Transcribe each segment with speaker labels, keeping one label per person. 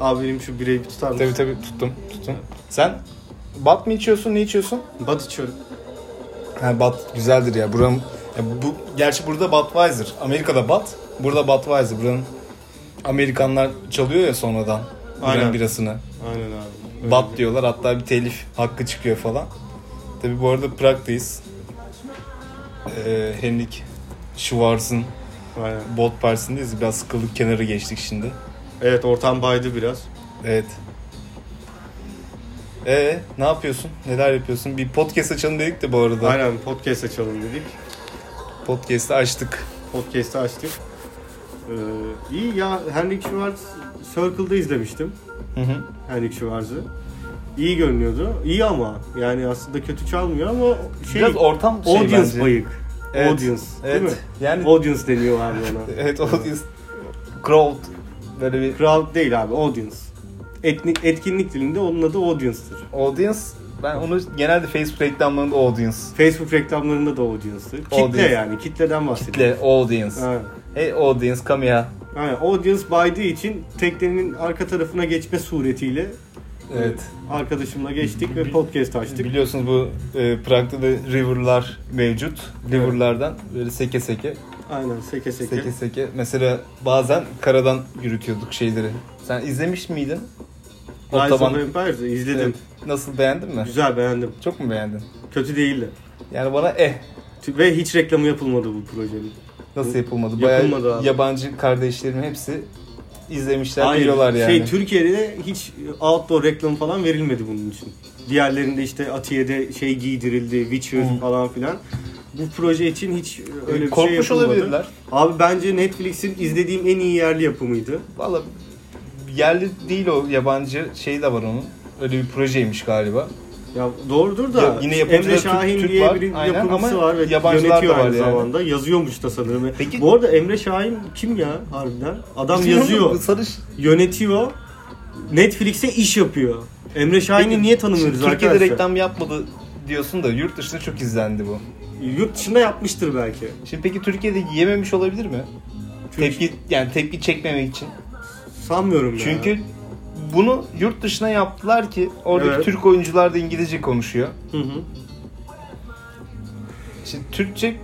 Speaker 1: Abi benim şu bireyi bir tutar mısın?
Speaker 2: Tabii tabii tuttum tuttum. Sen bat mı içiyorsun ne içiyorsun?
Speaker 1: Bat içiyorum.
Speaker 2: Ha, bat güzeldir ya buranın ya bu gerçi burada Budweiser. Amerika'da Bud, burada Budweiser. Buranın Amerikanlar çalıyor ya sonradan buranın
Speaker 1: Aynen.
Speaker 2: birasını.
Speaker 1: Aynen abi. Öyle
Speaker 2: Bat diyorlar hatta bir telif hakkı çıkıyor falan. Tabi bu arada Prag'dayız. Ee, Henrik Schwarz'ın
Speaker 1: bir- Aynen.
Speaker 2: bot partisindeyiz. Biraz sıkıldık kenarı geçtik şimdi.
Speaker 1: Evet ortam baydı biraz.
Speaker 2: Evet. Ee, ne yapıyorsun? Neler yapıyorsun? Bir podcast açalım dedik de bu arada.
Speaker 1: Aynen podcast açalım dedik.
Speaker 2: Podcast'ı açtık.
Speaker 1: Podcast'ı açtık. Ee, iyi ya Henrik Schwarz Circle'da izlemiştim.
Speaker 2: Hı hı.
Speaker 1: Henrik Schwarz'ı. İyi görünüyordu. İyi ama yani aslında kötü çalmıyor ama şey
Speaker 2: Biraz ortam şey
Speaker 1: audience
Speaker 2: bence.
Speaker 1: bayık.
Speaker 2: Evet,
Speaker 1: Audience
Speaker 2: evet.
Speaker 1: değil mi?
Speaker 2: Yani
Speaker 1: Audience deniyor abi ona.
Speaker 2: evet audience crowd böyle bir
Speaker 1: Crowd değil abi audience. Etnik, etkinlik dilinde onun adı audience'tır.
Speaker 2: audience ben onu genelde Facebook reklamlarında audience
Speaker 1: Facebook reklamlarında da audience'tır. Kitle
Speaker 2: Audience.
Speaker 1: yani kitleden bahsediyor.
Speaker 2: kitle audience.
Speaker 1: Ha.
Speaker 2: Hey audience come here.
Speaker 1: Aynen. Audience baydığı için teknenin arka tarafına geçme suretiyle
Speaker 2: Evet.
Speaker 1: arkadaşımla geçtik ve podcast açtık.
Speaker 2: Biliyorsunuz bu e, Prag'da da river'lar mevcut. River'lardan böyle seke seke
Speaker 1: Aynen seke seke.
Speaker 2: Seke seke. Mesela bazen karadan yürütüyorduk şeyleri. Sen izlemiş miydin?
Speaker 1: Rise of
Speaker 2: Otoban.
Speaker 1: Empires'ı izledim.
Speaker 2: Evet. Nasıl beğendin mi?
Speaker 1: Güzel beğendim.
Speaker 2: Çok mu beğendin?
Speaker 1: Kötü değildi.
Speaker 2: Yani bana eh
Speaker 1: Ve hiç reklamı yapılmadı bu projenin.
Speaker 2: nasıl yapılmadı? Bayağı
Speaker 1: Yapılmadı abi.
Speaker 2: yabancı kardeşlerim hepsi izlemişler
Speaker 1: Hayır,
Speaker 2: biliyorlar yani.
Speaker 1: Şey Türkiye'de hiç outdoor reklamı falan verilmedi bunun için. Diğerlerinde işte Atiye'de şey giydirildi, Witcher
Speaker 2: Hı.
Speaker 1: falan filan. Bu proje için hiç öyle bir şey
Speaker 2: Hmm. Korkmuş
Speaker 1: yapılmadı.
Speaker 2: olabilirler.
Speaker 1: Abi bence Netflix'in izlediğim en iyi yerli yapımıydı.
Speaker 2: Valla yerli değil o yabancı şey de var onun. Öyle bir projeymiş galiba.
Speaker 1: Ya doğrudur da
Speaker 2: Ya yine yapımcı
Speaker 1: Emre
Speaker 2: da Türk-
Speaker 1: Şahin
Speaker 2: Türk
Speaker 1: diye
Speaker 2: var.
Speaker 1: bir
Speaker 2: Aynen
Speaker 1: yapımcısı
Speaker 2: ama
Speaker 1: var ve
Speaker 2: yabancılar da
Speaker 1: yönetiyor
Speaker 2: var
Speaker 1: aynı
Speaker 2: yani.
Speaker 1: zamanda. Yazıyormuş da sanırım.
Speaker 2: Peki-
Speaker 1: Bu arada Emre Şahin kim ya harbiden? Adam
Speaker 2: Bizim
Speaker 1: yazıyor,
Speaker 2: Sarış.
Speaker 1: yönetiyor, Netflix'e iş yapıyor. Emre Şahin'i
Speaker 2: Peki,
Speaker 1: niye tanımıyoruz
Speaker 2: Türkiye'de
Speaker 1: arkadaşlar?
Speaker 2: reklam yapmadı diyorsun da yurt dışında çok izlendi bu.
Speaker 1: Yurt dışında yapmıştır belki.
Speaker 2: Şimdi peki Türkiye'de yememiş olabilir mi?
Speaker 1: Çünkü-
Speaker 2: Tepki yani tepki çekmemek için.
Speaker 1: Sanmıyorum ya.
Speaker 2: Çünkü bunu yurt dışına yaptılar ki oradaki
Speaker 1: Evet.
Speaker 2: Türk oyuncular da İngilizce konuşuyor.
Speaker 1: Hı hı.
Speaker 2: Şimdi Türkçe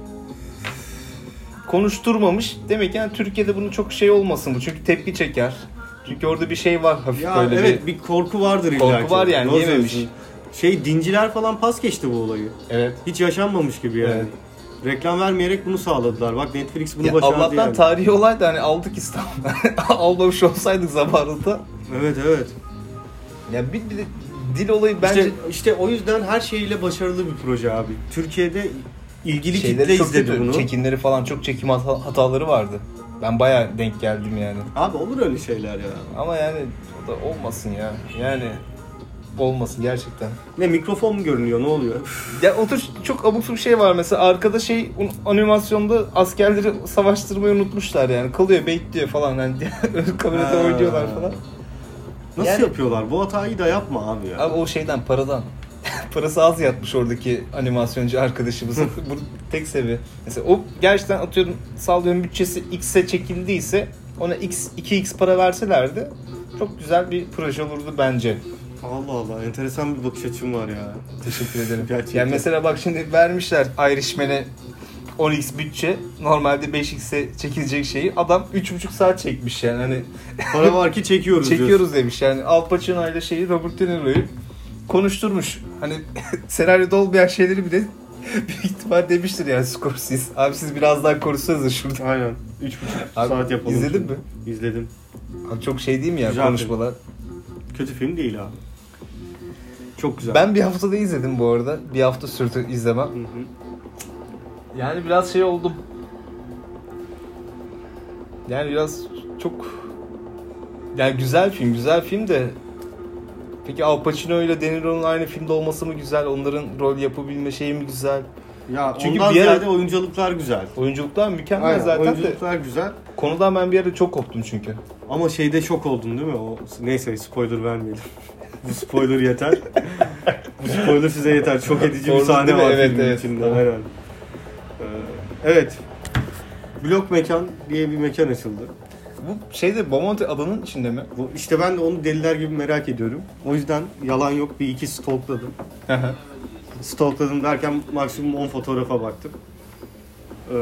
Speaker 2: konuşturmamış. Demek ki yani Türkiye'de bunu çok şey olmasın bu. Çünkü tepki çeker. Çünkü orada bir şey var hafif
Speaker 1: Ya
Speaker 2: böyle
Speaker 1: evet
Speaker 2: bir.
Speaker 1: bir... korku vardır illa
Speaker 2: Korku
Speaker 1: ki.
Speaker 2: var yani,
Speaker 1: Doğru
Speaker 2: yememiş.
Speaker 1: söylüyorsun. Şey dinciler falan pas geçti bu olayı.
Speaker 2: Evet.
Speaker 1: Hiç yaşanmamış gibi yani.
Speaker 2: Evet.
Speaker 1: Reklam vermeyerek bunu sağladılar. Bak Netflix bunu
Speaker 2: Ya
Speaker 1: başardı
Speaker 2: Allah'tan
Speaker 1: yani.
Speaker 2: tarihi olay da hani aldık İstanbul'da. Almamış olsaydık zamanında.
Speaker 1: Evet evet.
Speaker 2: Ya bir, bir de dil olayı bence
Speaker 1: İşte, işte o yüzden her şeyiyle başarılı bir proje abi. Türkiye'de ilgili
Speaker 2: şeyleri
Speaker 1: kitle
Speaker 2: çok
Speaker 1: izledi
Speaker 2: kötü.
Speaker 1: bunu.
Speaker 2: Çekimleri falan çok çekim hata- hataları vardı. Ben bayağı denk geldim yani.
Speaker 1: Abi olur öyle şeyler ya.
Speaker 2: Ama yani o da olmasın ya. Yani olmasın gerçekten.
Speaker 1: Ne mikrofon mu görünüyor ne oluyor?
Speaker 2: Ya otur çok abuk bir şey var mesela arkada şey un- animasyonda askerleri savaştırmayı unutmuşlar yani. Kalıyor bekliyor falan hani ön kamerada
Speaker 1: Ha.
Speaker 2: oynuyorlar falan.
Speaker 1: Nasıl
Speaker 2: Yani-
Speaker 1: yapıyorlar? Bu hatayı da yapma abi ya.
Speaker 2: Abi o şeyden paradan. Parası az yatmış oradaki animasyoncu arkadaşımızın. Bu tek sebebi. Mesela o gerçekten atıyorum sallıyorum bütçesi X'e çekildiyse ona X 2X para verselerdi çok güzel bir proje olurdu bence.
Speaker 1: Allah Allah enteresan bir bakış açım var ya.
Speaker 2: Teşekkür ederim.
Speaker 1: Gerçekten.
Speaker 2: Yani mesela bak şimdi vermişler Irishman'e 10x bütçe normalde 5x'e çekilecek şeyi adam 3,5 saat çekmiş yani hani
Speaker 1: Para var ki çekiyoruz diyorsun.
Speaker 2: çekiyoruz demiş yani Al Pacino ile şeyi Robert De Niro'yu konuşturmuş. Hani senaryoda olmayan şeyleri bile büyük ihtimal demiştir yani Scorsese. Abi siz biraz daha konuşsanıza şurada.
Speaker 1: Aynen. 3,5
Speaker 2: Abi,
Speaker 1: saat yapalım.
Speaker 2: izledin
Speaker 1: şimdi.
Speaker 2: mi?
Speaker 1: İzledim.
Speaker 2: Abi çok şey değil mi ya
Speaker 1: Güzel
Speaker 2: konuşmalar?
Speaker 1: Kötü film değil abi. Çok güzel.
Speaker 2: Ben bir haftada izledim bu arada. Bir hafta sürdü izlemem.
Speaker 1: Hı hı.
Speaker 2: Yani biraz şey oldum. Yani biraz çok yani güzel film, güzel film de Peki Al Pacino ile De Niro'nun aynı filmde olması mı güzel? Onların rol yapabilme şeyi mi güzel?
Speaker 1: Ya
Speaker 2: Çünkü
Speaker 1: ondan
Speaker 2: bir ara-
Speaker 1: ziyade oyunculuklar güzel.
Speaker 2: Oyunculuklar mükemmel
Speaker 1: Aynen,
Speaker 2: zaten de.
Speaker 1: oyunculuklar güzel.
Speaker 2: Konudan ben bir ara çok koptum çünkü.
Speaker 1: Ama şeyde şok oldun değil mi? O neyse spoiler vermeyelim. Bu spoiler yeter. Bu spoiler size yeter. Çok edici bir
Speaker 2: Orada
Speaker 1: sahne
Speaker 2: değil mi?
Speaker 1: var
Speaker 2: Evet,
Speaker 1: filmin
Speaker 2: evet.
Speaker 1: içinde. Aynen. Ee, evet. Blok mekan diye bir mekan açıldı.
Speaker 2: Bu şeyde Bomonti adanın içinde mi?
Speaker 1: Bu, işte ben de onu deliler gibi merak ediyorum. O yüzden yalan yok bir iki stalkladım. Stalkladım derken maksimum 10 fotoğrafa baktım. Ee,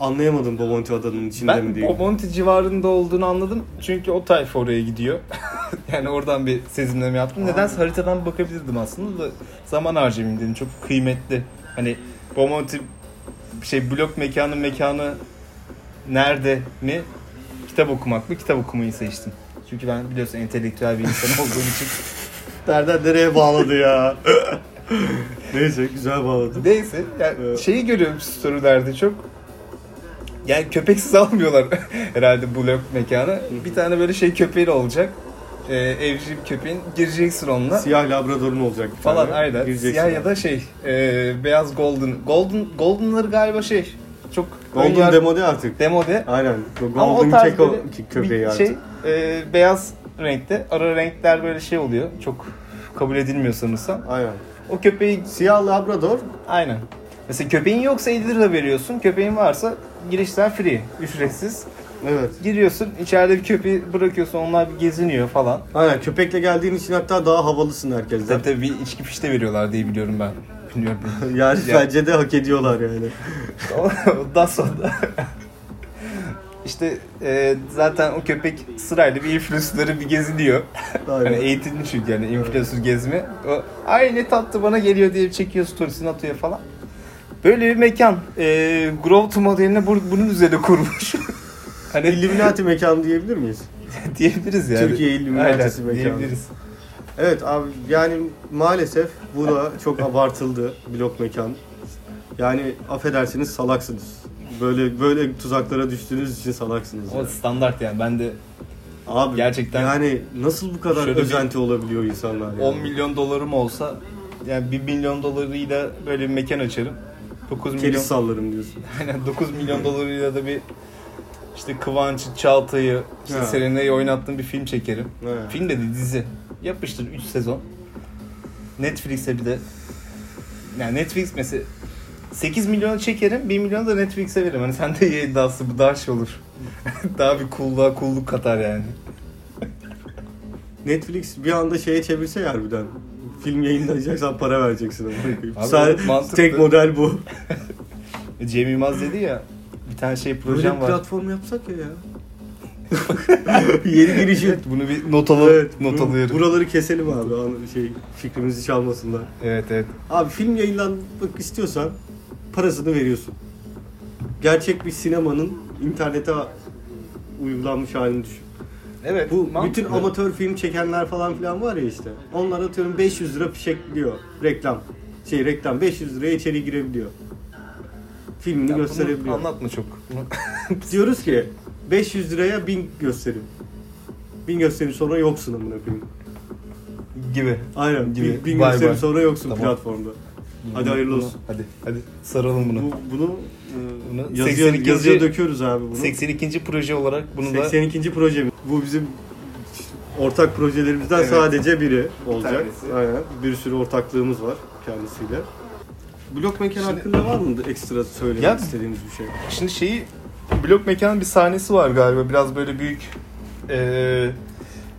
Speaker 1: anlayamadım Bomonti Adanın içinde mi
Speaker 2: ben
Speaker 1: değil.
Speaker 2: Bomonti civarında olduğunu anladım. Çünkü o tayfa oraya gidiyor. yani oradan bir sezimleme yaptım. Nedense haritadan bakabilirdim aslında da zaman harcamayayım dedim. Çok kıymetli. Hani Bomonti şey blok mekanı mekanı nerede mi? Kitap okumak mı? Kitap okumayı seçtim. Çünkü ben biliyorsun entelektüel bir insan olduğum için.
Speaker 1: Nereden nereye bağladı ya? Neyse güzel bağladı.
Speaker 2: Neyse yani
Speaker 1: Evet.
Speaker 2: şeyi görüyorum storylerde çok. Yani köpeksiz almıyorlar herhalde bu lök mekanı. Bir tane böyle şey köpeği olacak. Ee, evcil köpeğin gireceksin onunla.
Speaker 1: Siyah labradorun olacak bir
Speaker 2: falan
Speaker 1: tane.
Speaker 2: aynen.
Speaker 1: Gireceksin.
Speaker 2: Siyah ya da şey e, beyaz golden. Golden goldenları galiba şey çok
Speaker 1: Golden
Speaker 2: önyar-
Speaker 1: demode artık.
Speaker 2: demode.
Speaker 1: Aynen. bu
Speaker 2: Ama o
Speaker 1: Golden
Speaker 2: tarz
Speaker 1: Keko
Speaker 2: böyle
Speaker 1: köpeği
Speaker 2: bir
Speaker 1: artık.
Speaker 2: şey e, beyaz renkte. Ara renkler böyle şey oluyor. Çok kabul edilmiyor sanırsam.
Speaker 1: Aynen.
Speaker 2: O köpeği
Speaker 1: Siyah labrador
Speaker 2: Aynen. Mesela köpeğin yoksa 50 lira veriyorsun. Köpeğin varsa girişler free, ücretsiz.
Speaker 1: Evet.
Speaker 2: Giriyorsun, içeride bir köpeği bırakıyorsun, onlar bir geziniyor falan.
Speaker 1: Aynen köpekle geldiğin için hatta daha havalısın herkesten.
Speaker 2: Tabii tabii bir içki fişte veriyorlar diye biliyorum ben. Bilmiyorum.
Speaker 1: Yani
Speaker 2: Ya.
Speaker 1: bence de hak ediyorlar yani.
Speaker 2: Ondan sonra... işte e, zaten o köpek sırayla bir influencer'ları bir geziniyor.
Speaker 1: Aynen.
Speaker 2: Hani eğitimli çünkü yani influencer gezme. O, Ay ne tatlı bana geliyor diye çekiyor storiesini atıyor falan. Böyle bir mekan. E, growth modelini bu- bunun üzerine kurmuş. hani
Speaker 1: Illuminati mekanı diyebilir miyiz?
Speaker 2: diyebiliriz yani.
Speaker 1: Türkiye Illuminati'si
Speaker 2: Aynen,
Speaker 1: mekanı.
Speaker 2: Diyebiliriz.
Speaker 1: Evet abi yani maalesef bu da çok abartıldı blok mekan. Yani affedersiniz salaksınız. Böyle böyle tuzaklara düştüğünüz için salaksınız.
Speaker 2: O
Speaker 1: yani.
Speaker 2: standart yani. Ben de
Speaker 1: Abi
Speaker 2: gerçekten-
Speaker 1: yani nasıl bu kadar
Speaker 2: Şöyle bir-
Speaker 1: özenti olabiliyor insanlar yani?
Speaker 2: 10 milyon dolarım olsa yani 1 milyon dolarıyla böyle bir mekan açarım. 9
Speaker 1: Keriz
Speaker 2: milyon
Speaker 1: sallarım diyorsun.
Speaker 2: Aynen 9 milyon dolarıyla da bir işte Kıvanç'ı, Çağatay'ı, işte
Speaker 1: Ha.
Speaker 2: Serenay'ı oynattığım bir film çekerim.
Speaker 1: Ha.
Speaker 2: Film de değil, dizi. Yapıştır 3 sezon. Netflix'e bir de yani Netflix mesela 8 milyonu çekerim, 1 milyonu da Netflix'e veririm. Hani sen de iyi iddiası bu daha şey olur. daha bir kulluğa kulluk katar yani.
Speaker 1: Netflix bir anda şeye çevirse ya harbiden. Film yayınlanacaksan para vereceksin. amına koyayım.
Speaker 2: Abi,
Speaker 1: Sadece
Speaker 2: mantıklı.
Speaker 1: tek model bu.
Speaker 2: E, Cem Yılmaz dedi ya bir tane şey
Speaker 1: Böyle
Speaker 2: projem
Speaker 1: bir
Speaker 2: var.
Speaker 1: platform yapsak ya. Yeni girişim.
Speaker 2: Evet, bunu bir not, alı-
Speaker 1: Evet,
Speaker 2: not
Speaker 1: bu-
Speaker 2: alıyorum.
Speaker 1: Buraları keselim abi. anı- Şey fikrimizi çalmasınlar.
Speaker 2: evet evet.
Speaker 1: Abi film yayınlanmak istiyorsan parasını veriyorsun. Gerçek bir sinemanın internete uygulanmış halini düşün.
Speaker 2: Evet.
Speaker 1: Bu
Speaker 2: mantıklı.
Speaker 1: bütün amatör film çekenler falan filan var ya işte. Onlar atıyorum 500 lira fişekliyor reklam. Şey reklam 500 liraya içeri girebiliyor. Filmini
Speaker 2: Ya bunu
Speaker 1: gösterebiliyor.
Speaker 2: Anlatma çok. Bunu-
Speaker 1: Diyoruz ki 500 liraya 1000 gösterim. 1000 gösterim sonra yoksun amına koyayım.
Speaker 2: gibi.
Speaker 1: Aynen.
Speaker 2: Gibi.
Speaker 1: 1000
Speaker 2: Bay
Speaker 1: gösterim
Speaker 2: bay.
Speaker 1: sonra yoksun
Speaker 2: Tamam.
Speaker 1: platformda. Hadi
Speaker 2: Bunu-
Speaker 1: hayırlı
Speaker 2: bunu-
Speaker 1: olsun.
Speaker 2: Hadi hadi saralım bunu.
Speaker 1: Bu, bunu,
Speaker 2: Bunu
Speaker 1: e, yazıya,
Speaker 2: 82.
Speaker 1: yazıya döküyoruz abi bunu.
Speaker 2: 82. proje olarak bunu da
Speaker 1: 82. projemiz. Bu bizim ortak projelerimizden
Speaker 2: Evet.
Speaker 1: sadece biri olacak.
Speaker 2: tanesi.
Speaker 1: Aynen. Bir sürü ortaklığımız var kendisiyle. Blok mekan
Speaker 2: Şimdi-
Speaker 1: hakkında var mı ekstra söylemek
Speaker 2: Ya-
Speaker 1: istediğimiz bir şey?
Speaker 2: şimdi şeyi blok mekanın bir sahnesi var galiba biraz böyle büyük eee,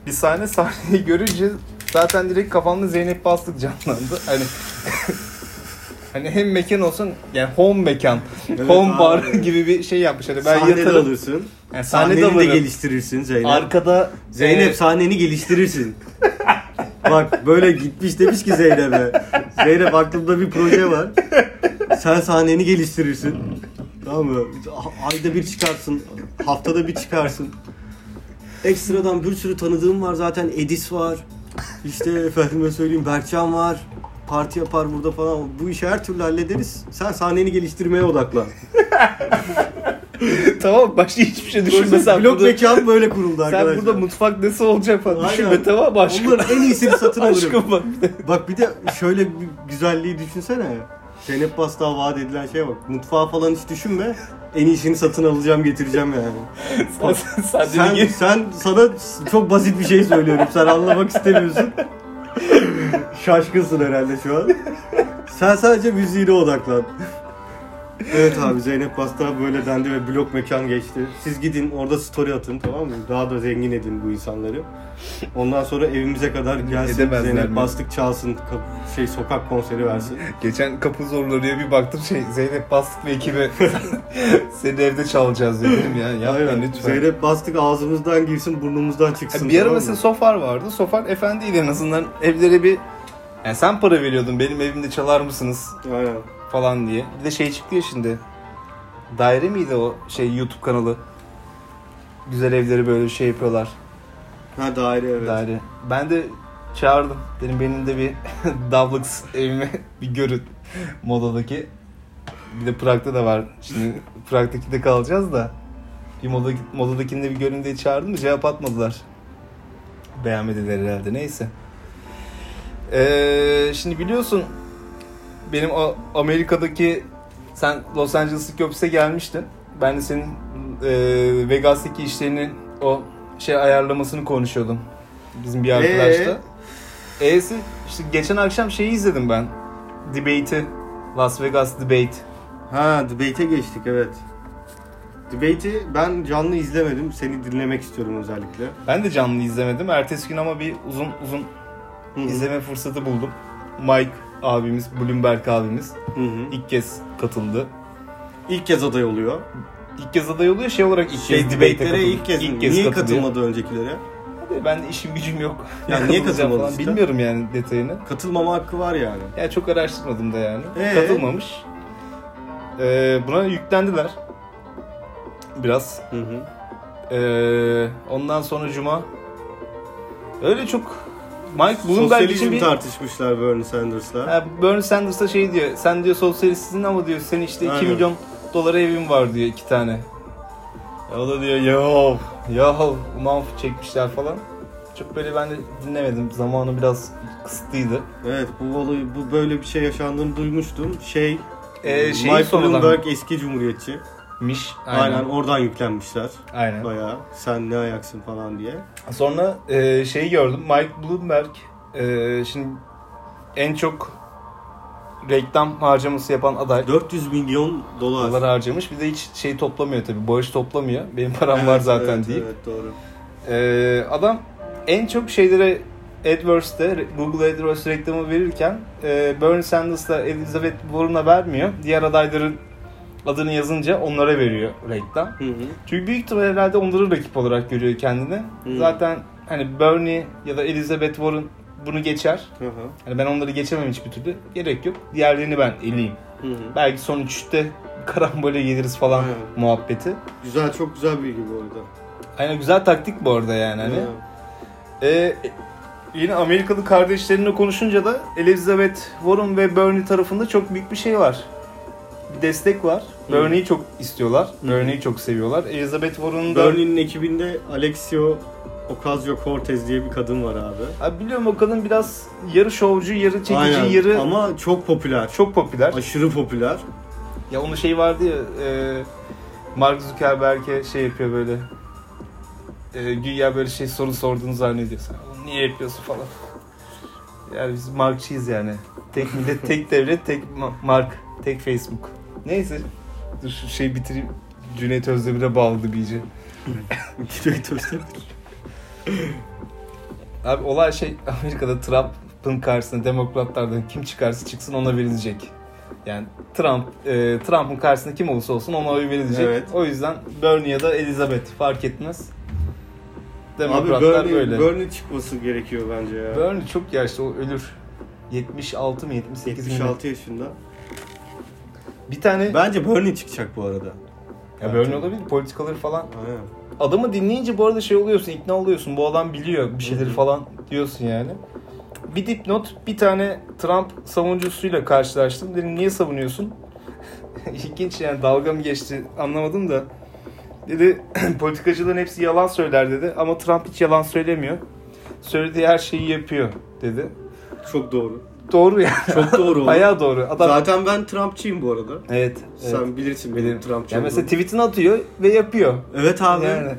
Speaker 2: bir sahne sahneyi görünce zaten direkt kafamda Zeynep Bastık canlandı. Hani hani hem mekan olsun yani home mekan,
Speaker 1: Evet
Speaker 2: home bar
Speaker 1: abi.
Speaker 2: gibi bir şey yapmış. Hani ben
Speaker 1: Ben Sahnede
Speaker 2: yatarım.
Speaker 1: alırsın.
Speaker 2: Yani sahnede
Speaker 1: Sahneni de
Speaker 2: alırım.
Speaker 1: geliştirirsin Zeynep.
Speaker 2: Arkada e,
Speaker 1: Zeynep
Speaker 2: eee,
Speaker 1: sahneni geliştirirsin. Bak böyle gitmiş demiş ki Zeynep'e. Zeynep aklımda bir proje var. Sen sahneni geliştirirsin. Tamam mı? A- Ayda bir çıkarsın. Haftada bir çıkarsın. Ekstradan bir sürü tanıdığım var zaten. Edis var. İşte efendime söyleyeyim Berkcan var. Parti yapar burada falan. Bu işi her türlü hallederiz. Sen sahneni geliştirmeye odaklan.
Speaker 2: tamam başka hiçbir şey düşünmesen.
Speaker 1: Blok
Speaker 2: burada-
Speaker 1: mekan böyle kuruldu arkadaşlar.
Speaker 2: Sen burada mutfak nasıl olacak falan
Speaker 1: Aynen.
Speaker 2: düşünme tamam mı aşkım?
Speaker 1: Onların en iyisini satın alırım.
Speaker 2: Aşkım bak.
Speaker 1: Bak bir de şöyle bir güzelliği düşünsene. Zeynep Bastığa vaat edilen şeye bak. Mutfağı falan hiç düşünme. En iyisini satın alacağım getireceğim yani.
Speaker 2: sen, sen, sen,
Speaker 1: Sen,
Speaker 2: sen
Speaker 1: sen sana çok basit bir şey söylüyorum. Sen anlamak istemiyorsun. Şaşkınsın herhalde şu an. Sen sadece müziğine odaklan. Evet abi Zeynep Bastıra böyle dendi ve blok mekan geçti. Siz gidin orada story atın tamam mı? Daha da zengin edin bu insanları. Ondan sonra evimize kadar gelsin
Speaker 2: Edemezler
Speaker 1: Zeynep
Speaker 2: mi?
Speaker 1: Bastık çalsın kap- şey sokak konseri versin.
Speaker 2: Geçen kapı zorlarıya bir baktım şey Zeynep Bastık ve ekibi seni evde çalacağız dedim ya. Yapma
Speaker 1: Aynen.
Speaker 2: lütfen.
Speaker 1: Zeynep Bastık ağzımızdan girsin burnumuzdan çıksın.
Speaker 2: Ya bir ara
Speaker 1: tamam mı?
Speaker 2: mesela Sofar vardı. Sofar efendiydi en azından evlere bir yani sen para veriyordun benim evimde çalar mısınız
Speaker 1: Aynen.
Speaker 2: falan diye. Bir de şey çıktı ya şimdi. Daire miydi o şey YouTube kanalı? Güzel evleri böyle şey yapıyorlar.
Speaker 1: Ha daire evet.
Speaker 2: Daire. Ben de çağırdım. Dedim benim de bir Davlux evime bir görün. Moda'daki. Bir de Prag'da da var. Şimdi Prag'daki de kalacağız da. Bir moda, Moda'dakini de bir görün diye çağırdım da cevap atmadılar. Beğenmediler herhalde. Neyse. Ee, şimdi biliyorsun benim o Amerika'daki sen Los Angeles'taki ofise gelmiştin. Ben de senin e, Vegas'taki işlerini o şey ayarlamasını konuşuyordum. Bizim
Speaker 1: Ee?
Speaker 2: bir arkadaşla. E'si işte geçen akşam şeyi izledim ben. Debate'i. Las Vegas Debate.
Speaker 1: Ha debate'e geçtik evet. Debate'i ben canlı izlemedim. Seni dinlemek istiyorum özellikle.
Speaker 2: Ben de canlı izlemedim. Ertesi gün ama bir uzun uzun
Speaker 1: Hı hı.
Speaker 2: izleme fırsatı buldum. Mike abimiz, Bloomberg abimiz
Speaker 1: Hı hı.
Speaker 2: ilk kez katıldı.
Speaker 1: İlk kez aday oluyor.
Speaker 2: İlk kez aday oluyor şey olarak ilk
Speaker 1: Şey,
Speaker 2: kez debate'e
Speaker 1: debate'lere
Speaker 2: katıldı.
Speaker 1: ilk kez,
Speaker 2: İlk
Speaker 1: niye
Speaker 2: katılıyor.
Speaker 1: katılmadı öncekilere?
Speaker 2: Abi Ben de işim gücüm yok.
Speaker 1: Ya niye
Speaker 2: Katılacağım
Speaker 1: katılmadın
Speaker 2: falan.
Speaker 1: işte?
Speaker 2: Bilmiyorum yani detayını.
Speaker 1: Katılmama hakkı var yani.
Speaker 2: Ya çok araştırmadım da yani.
Speaker 1: Ee?
Speaker 2: Katılmamış. Ee, buna yüklendiler. Biraz.
Speaker 1: Hı hı.
Speaker 2: Ee, ondan sonra Cuma. Öyle çok Mike Bloomberg için
Speaker 1: Sosyalizm
Speaker 2: bir...
Speaker 1: tartışmışlar Bernie Sanders'la.
Speaker 2: Ha, Bernie Sanders'a şey diyor. Sen diyor sosyalistsin ama diyor senin işte 2
Speaker 1: Aynen.
Speaker 2: milyon dolara evin var diyor iki tane. Ya o da diyor yo yo uman çekmişler falan. Çok böyle ben de dinlemedim. Zamanı biraz kısıtlıydı.
Speaker 1: Evet bu olayı bu böyle bir şey yaşandığını duymuştum. Şey
Speaker 2: Ee, şeyi
Speaker 1: Mike
Speaker 2: sonradan-
Speaker 1: Bloomberg eski cumhuriyetçi.
Speaker 2: Miş.
Speaker 1: Aynen.
Speaker 2: Aynen.
Speaker 1: oradan yüklenmişler.
Speaker 2: Aynen.
Speaker 1: Bayağı sen ne ayaksın falan diye.
Speaker 2: Sonra e, şeyi gördüm. Mike Bloomberg e, şimdi en çok reklam harcaması yapan aday.
Speaker 1: 400 milyon dolar.
Speaker 2: dolar harcamış. Bir de hiç şey toplamıyor tabii. Bağış toplamıyor. Benim param var zaten
Speaker 1: evet,
Speaker 2: deyip.
Speaker 1: Evet doğru.
Speaker 2: Ee, adam en çok şeylere AdWords'te, Google AdWords reklamı verirken e, Bernie Sanders'la Elizabeth Warren'a vermiyor. Diğer adayların adını yazınca onlara veriyor reklam.
Speaker 1: Hı hı.
Speaker 2: Çünkü büyük ihtimal herhalde onları rakip olarak görüyor kendini.
Speaker 1: Hmm.
Speaker 2: Zaten hani Bernie ya da Elizabeth Warren bunu geçer.
Speaker 1: Hı hı.
Speaker 2: Hani ben onları geçemem hiçbir türlü. Gerek yok. Diğerlerini ben eleyim.
Speaker 1: Hı hı.
Speaker 2: Belki son üçte karambole geliriz falan
Speaker 1: Aynen.
Speaker 2: muhabbeti.
Speaker 1: Güzel çok güzel bilgi bu arada.
Speaker 2: Aynen güzel taktik bu arada yani. Hani.
Speaker 1: Evet.
Speaker 2: Ee, yine Amerikalı kardeşlerinle konuşunca da Elizabeth Warren ve Bernie tarafında çok büyük bir şey var. Bir destek var.
Speaker 1: Hı.
Speaker 2: Bernie'yi çok istiyorlar.
Speaker 1: Hı.
Speaker 2: Bernie'yi çok seviyorlar. Elizabeth Warren'ın da...
Speaker 1: Bernie'nin ekibinde Alexio Ocasio-Cortez diye bir kadın var abi.
Speaker 2: Abi biliyorum o kadın biraz yarı şovcu, yarı çekici,
Speaker 1: Aynen.
Speaker 2: yarı
Speaker 1: Ama çok popüler. Çok
Speaker 2: çok popüler.
Speaker 1: aşırı popüler.
Speaker 2: Ya onun şey vardı ya e, Mark Zuckerberg'e şey yapıyor böyle. E, güya böyle şey soru sorduğunu zannediyor. Sen "Oğlum niye yapıyorsun falan. Yani biz Markçıyız yani. Tek millet, tek devlet, tek ma- Mark, tek Facebook. Neyse. Dur şu şeyi bitireyim. Cüneyt Özdemir'e bağladı bir iyice.
Speaker 1: Cüneyt Özdemir.
Speaker 2: Abi olay şey Amerika'da Trump'ın karşısına demokratlardan kim çıkarsa çıksın ona verilecek. Yani Trump e, Trump'ın karşısında kim olursa olsun ona oy verilecek.
Speaker 1: Evet.
Speaker 2: O yüzden Bernie ya da Elizabeth fark etmez.
Speaker 1: Abi
Speaker 2: Demokratlar
Speaker 1: Bernie,
Speaker 2: böyle.
Speaker 1: Bernie çıkması gerekiyor bence ya.
Speaker 2: Bernie çok yaşlı o ölür. 76 mı 78 mi?
Speaker 1: 76 yaşında.
Speaker 2: Bir tane
Speaker 1: Bence Bernie çıkacak bu arada.
Speaker 2: ya Bernie olabilir politikaları falan.
Speaker 1: Aynen.
Speaker 2: Adamı dinleyince bu arada şey oluyorsun ikna oluyorsun. Bu adam biliyor bir şeyleri
Speaker 1: Hı hı.
Speaker 2: falan diyorsun yani. Bir dipnot bir tane Trump savuncusuyla karşılaştım. Dedim niye savunuyorsun? İlginç yani dalga mı geçti anlamadım da. Dedi politikacıların hepsi yalan söyler dedi ama Trump hiç yalan söylemiyor. Söylediği her şeyi yapıyor dedi.
Speaker 1: Çok doğru.
Speaker 2: Doğru yani.
Speaker 1: Çok doğru. oğlum.
Speaker 2: Bayağı doğru. Adam
Speaker 1: Zaten ben Trumpçıyım bu arada.
Speaker 2: Evet. evet.
Speaker 1: Sen bilirsin benim Trumpçı
Speaker 2: Ya mesela
Speaker 1: olduğumu.
Speaker 2: tweetini atıyor ve yapıyor.
Speaker 1: Evet abi.
Speaker 2: Yani.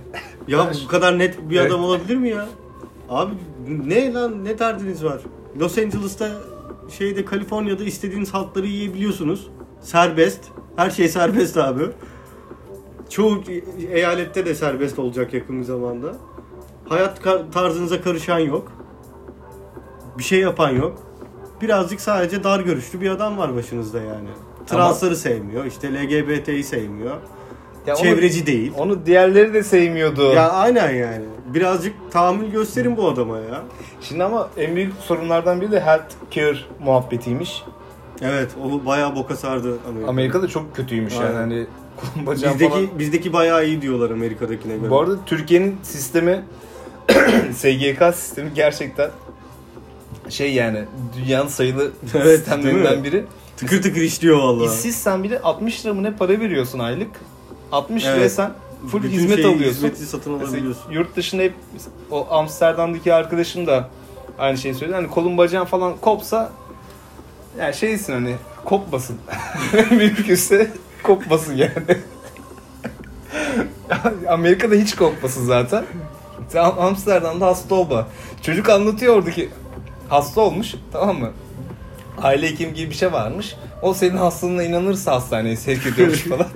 Speaker 1: Ya bu kadar net bir
Speaker 2: Evet.
Speaker 1: adam olabilir mi ya? Abi ne lan ne derdiniz var? Los Angeles'ta şeyde Kaliforniya'da istediğiniz haltları yiyebiliyorsunuz. Serbest. Her şey serbest abi. Çoğu eyalette de serbest olacak yakın bir zamanda. Hayat kar- tarzınıza karışan yok. Bir şey yapan yok. Birazcık sadece dar görüşlü bir adam var başınızda yani. Transları sevmiyor, işte LGBT'yi sevmiyor.
Speaker 2: Ya onu-
Speaker 1: Çevreci değil.
Speaker 2: Onu diğerleri de sevmiyordu.
Speaker 1: Ya aynen yani. Birazcık tahammül gösterin bu adama ya.
Speaker 2: Şimdi ama en büyük sorunlardan biri de health care muhabbetiymiş.
Speaker 1: Evet, o bayağı boka sardı Amerika.
Speaker 2: Amerika'da çok kötüymüş yani
Speaker 1: Aynen.
Speaker 2: hani kolum bacağım
Speaker 1: bizdeki
Speaker 2: falan.
Speaker 1: bizdeki bayağı iyi diyorlar Amerika'dakine göre.
Speaker 2: Bu arada Türkiye'nin sistemi SGK sistemi gerçekten şey yani dünyanın sayılı
Speaker 1: Evet, değil
Speaker 2: sistemlerinden
Speaker 1: mi?
Speaker 2: biri.
Speaker 1: tıkır tıkır işliyor vallahi.
Speaker 2: İşsizsen bile 60 lira mı ne para veriyorsun aylık. 60
Speaker 1: Evet.
Speaker 2: liraya sen full
Speaker 1: Bütün
Speaker 2: hizmet
Speaker 1: şeyi,
Speaker 2: alıyorsun.
Speaker 1: Hizmeti satın
Speaker 2: Mesela
Speaker 1: alabiliyorsun.
Speaker 2: yurt dışında hep o Amsterdam'daki arkadaşım da aynı şeyi söyledi. Hani kolun bacağın falan kopsa yani şeysin hani kopmasın. Mümkünse kopmasın yani. Amerika'da hiç kopmasın zaten. Sen Am- Amsterdam'da hasta olma. Çocuk anlatıyor oradaki hasta olmuş tamam mı? Aile hekimi gibi bir şey varmış. O senin hastalığına inanırsa hastaneye sevk ediyormuş falan.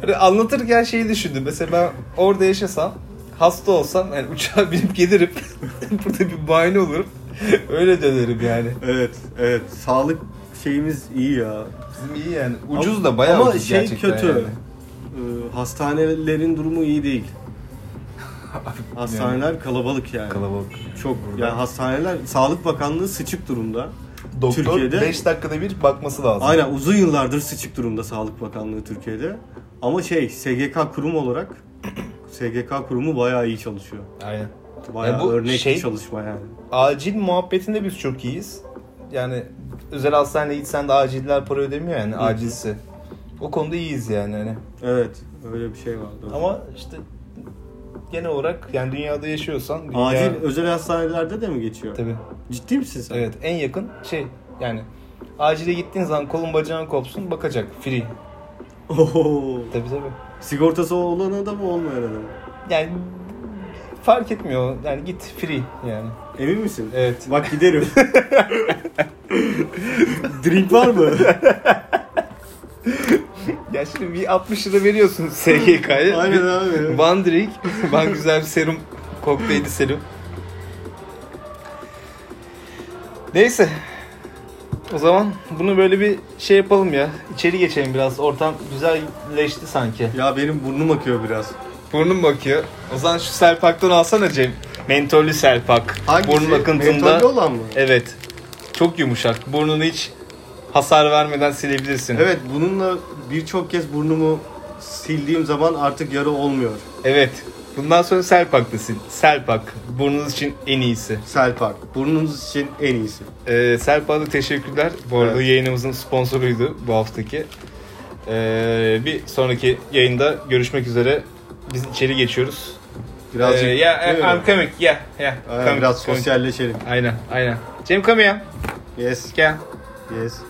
Speaker 2: Hani anlatırken şeyi düşündüm. Mesela ben orada yaşasam, hasta olsam, yani uçağa binip gelirim. burada bir muayene olurum. Öyle dönerim yani.
Speaker 1: Evet, evet. Sağlık şeyimiz iyi ya.
Speaker 2: Bizim iyi yani. Ucuz da bayağı
Speaker 1: Ama
Speaker 2: ucuz
Speaker 1: şey
Speaker 2: gerçekten
Speaker 1: kötü.
Speaker 2: yani.
Speaker 1: Ee, hastanelerin durumu iyi değil. Hastaneler kalabalık yani.
Speaker 2: Kalabalık.
Speaker 1: Çok yani hastaneler Sağlık Bakanlığı sıçık durumda.
Speaker 2: Doktor
Speaker 1: Türkiye'de
Speaker 2: 5 dakikada bir bakması lazım.
Speaker 1: Aynen uzun yıllardır sıçık durumda Sağlık Bakanlığı Türkiye'de. Ama şey SGK kurum olarak SGK kurumu bayağı iyi çalışıyor.
Speaker 2: Aynen.
Speaker 1: Bayağı
Speaker 2: bu
Speaker 1: örnek
Speaker 2: şey-
Speaker 1: çalışma yani.
Speaker 2: Acil muhabbetinde biz çok iyiyiz. Yani özel hastaneye gitsen de aciller para ödemiyor yani acilse. O konuda iyiyiz yani. Hani.
Speaker 1: Evet öyle bir şey vardı.
Speaker 2: Ama işte genel olarak yani dünyada yaşıyorsan dünya...
Speaker 1: Acil özel hastanelerde de mi geçiyor?
Speaker 2: Tabii.
Speaker 1: Ciddi misin sen?
Speaker 2: Evet en yakın şey yani acile gittiğin zaman kolun bacağın kopsun bakacak free.
Speaker 1: Oho.
Speaker 2: Tabii tabii.
Speaker 1: Sigortası olan adam mı olmayan adam? mı?
Speaker 2: Yani fark etmiyor yani git free yani.
Speaker 1: Emin misin?
Speaker 2: Evet.
Speaker 1: Bak giderim. Drink var mı?
Speaker 2: Ya şimdi bir 60 lira veriyorsun SGK'ya.
Speaker 1: Aynen abi.
Speaker 2: One drink. One güzel bir serum. Kokteyli serum. Neyse. O zaman bunu böyle bir şey yapalım ya. İçeri geçelim biraz. Ortam güzelleşti sanki.
Speaker 1: ya benim burnum akıyor biraz.
Speaker 2: Burnum bakıyor. O zaman şu Selpak'tan alsana Cem. Mentollü Selpak.
Speaker 1: Hangisi?
Speaker 2: Burnun akıntında.
Speaker 1: Mentolü şey? olan mı?
Speaker 2: Evet. Çok yumuşak. Burnunu hiç hasar vermeden silebilirsin.
Speaker 1: Evet bununla birçok kez burnumu sildiğim zaman artık yara olmuyor.
Speaker 2: Evet. Bundan sonra Selpak'ta sil. Selpak. Burnunuz için en iyisi.
Speaker 1: Selpak. Burnunuz için en iyisi.
Speaker 2: Ee, Selpak'a da teşekkürler. Bu arada
Speaker 1: Evet.
Speaker 2: yayınımızın sponsoruydu bu haftaki. Ee, bir sonraki yayında görüşmek üzere. Biz içeri geçiyoruz.
Speaker 1: Birazcık
Speaker 2: Ee, yeah,
Speaker 1: değil mi?
Speaker 2: I'm coming. Yeah, yeah.
Speaker 1: Aynen,
Speaker 2: coming,
Speaker 1: biraz
Speaker 2: coming.
Speaker 1: sosyalleşelim.
Speaker 2: Aynen, aynen. Cem come here.
Speaker 1: Yes.
Speaker 2: Gel.
Speaker 1: Yes.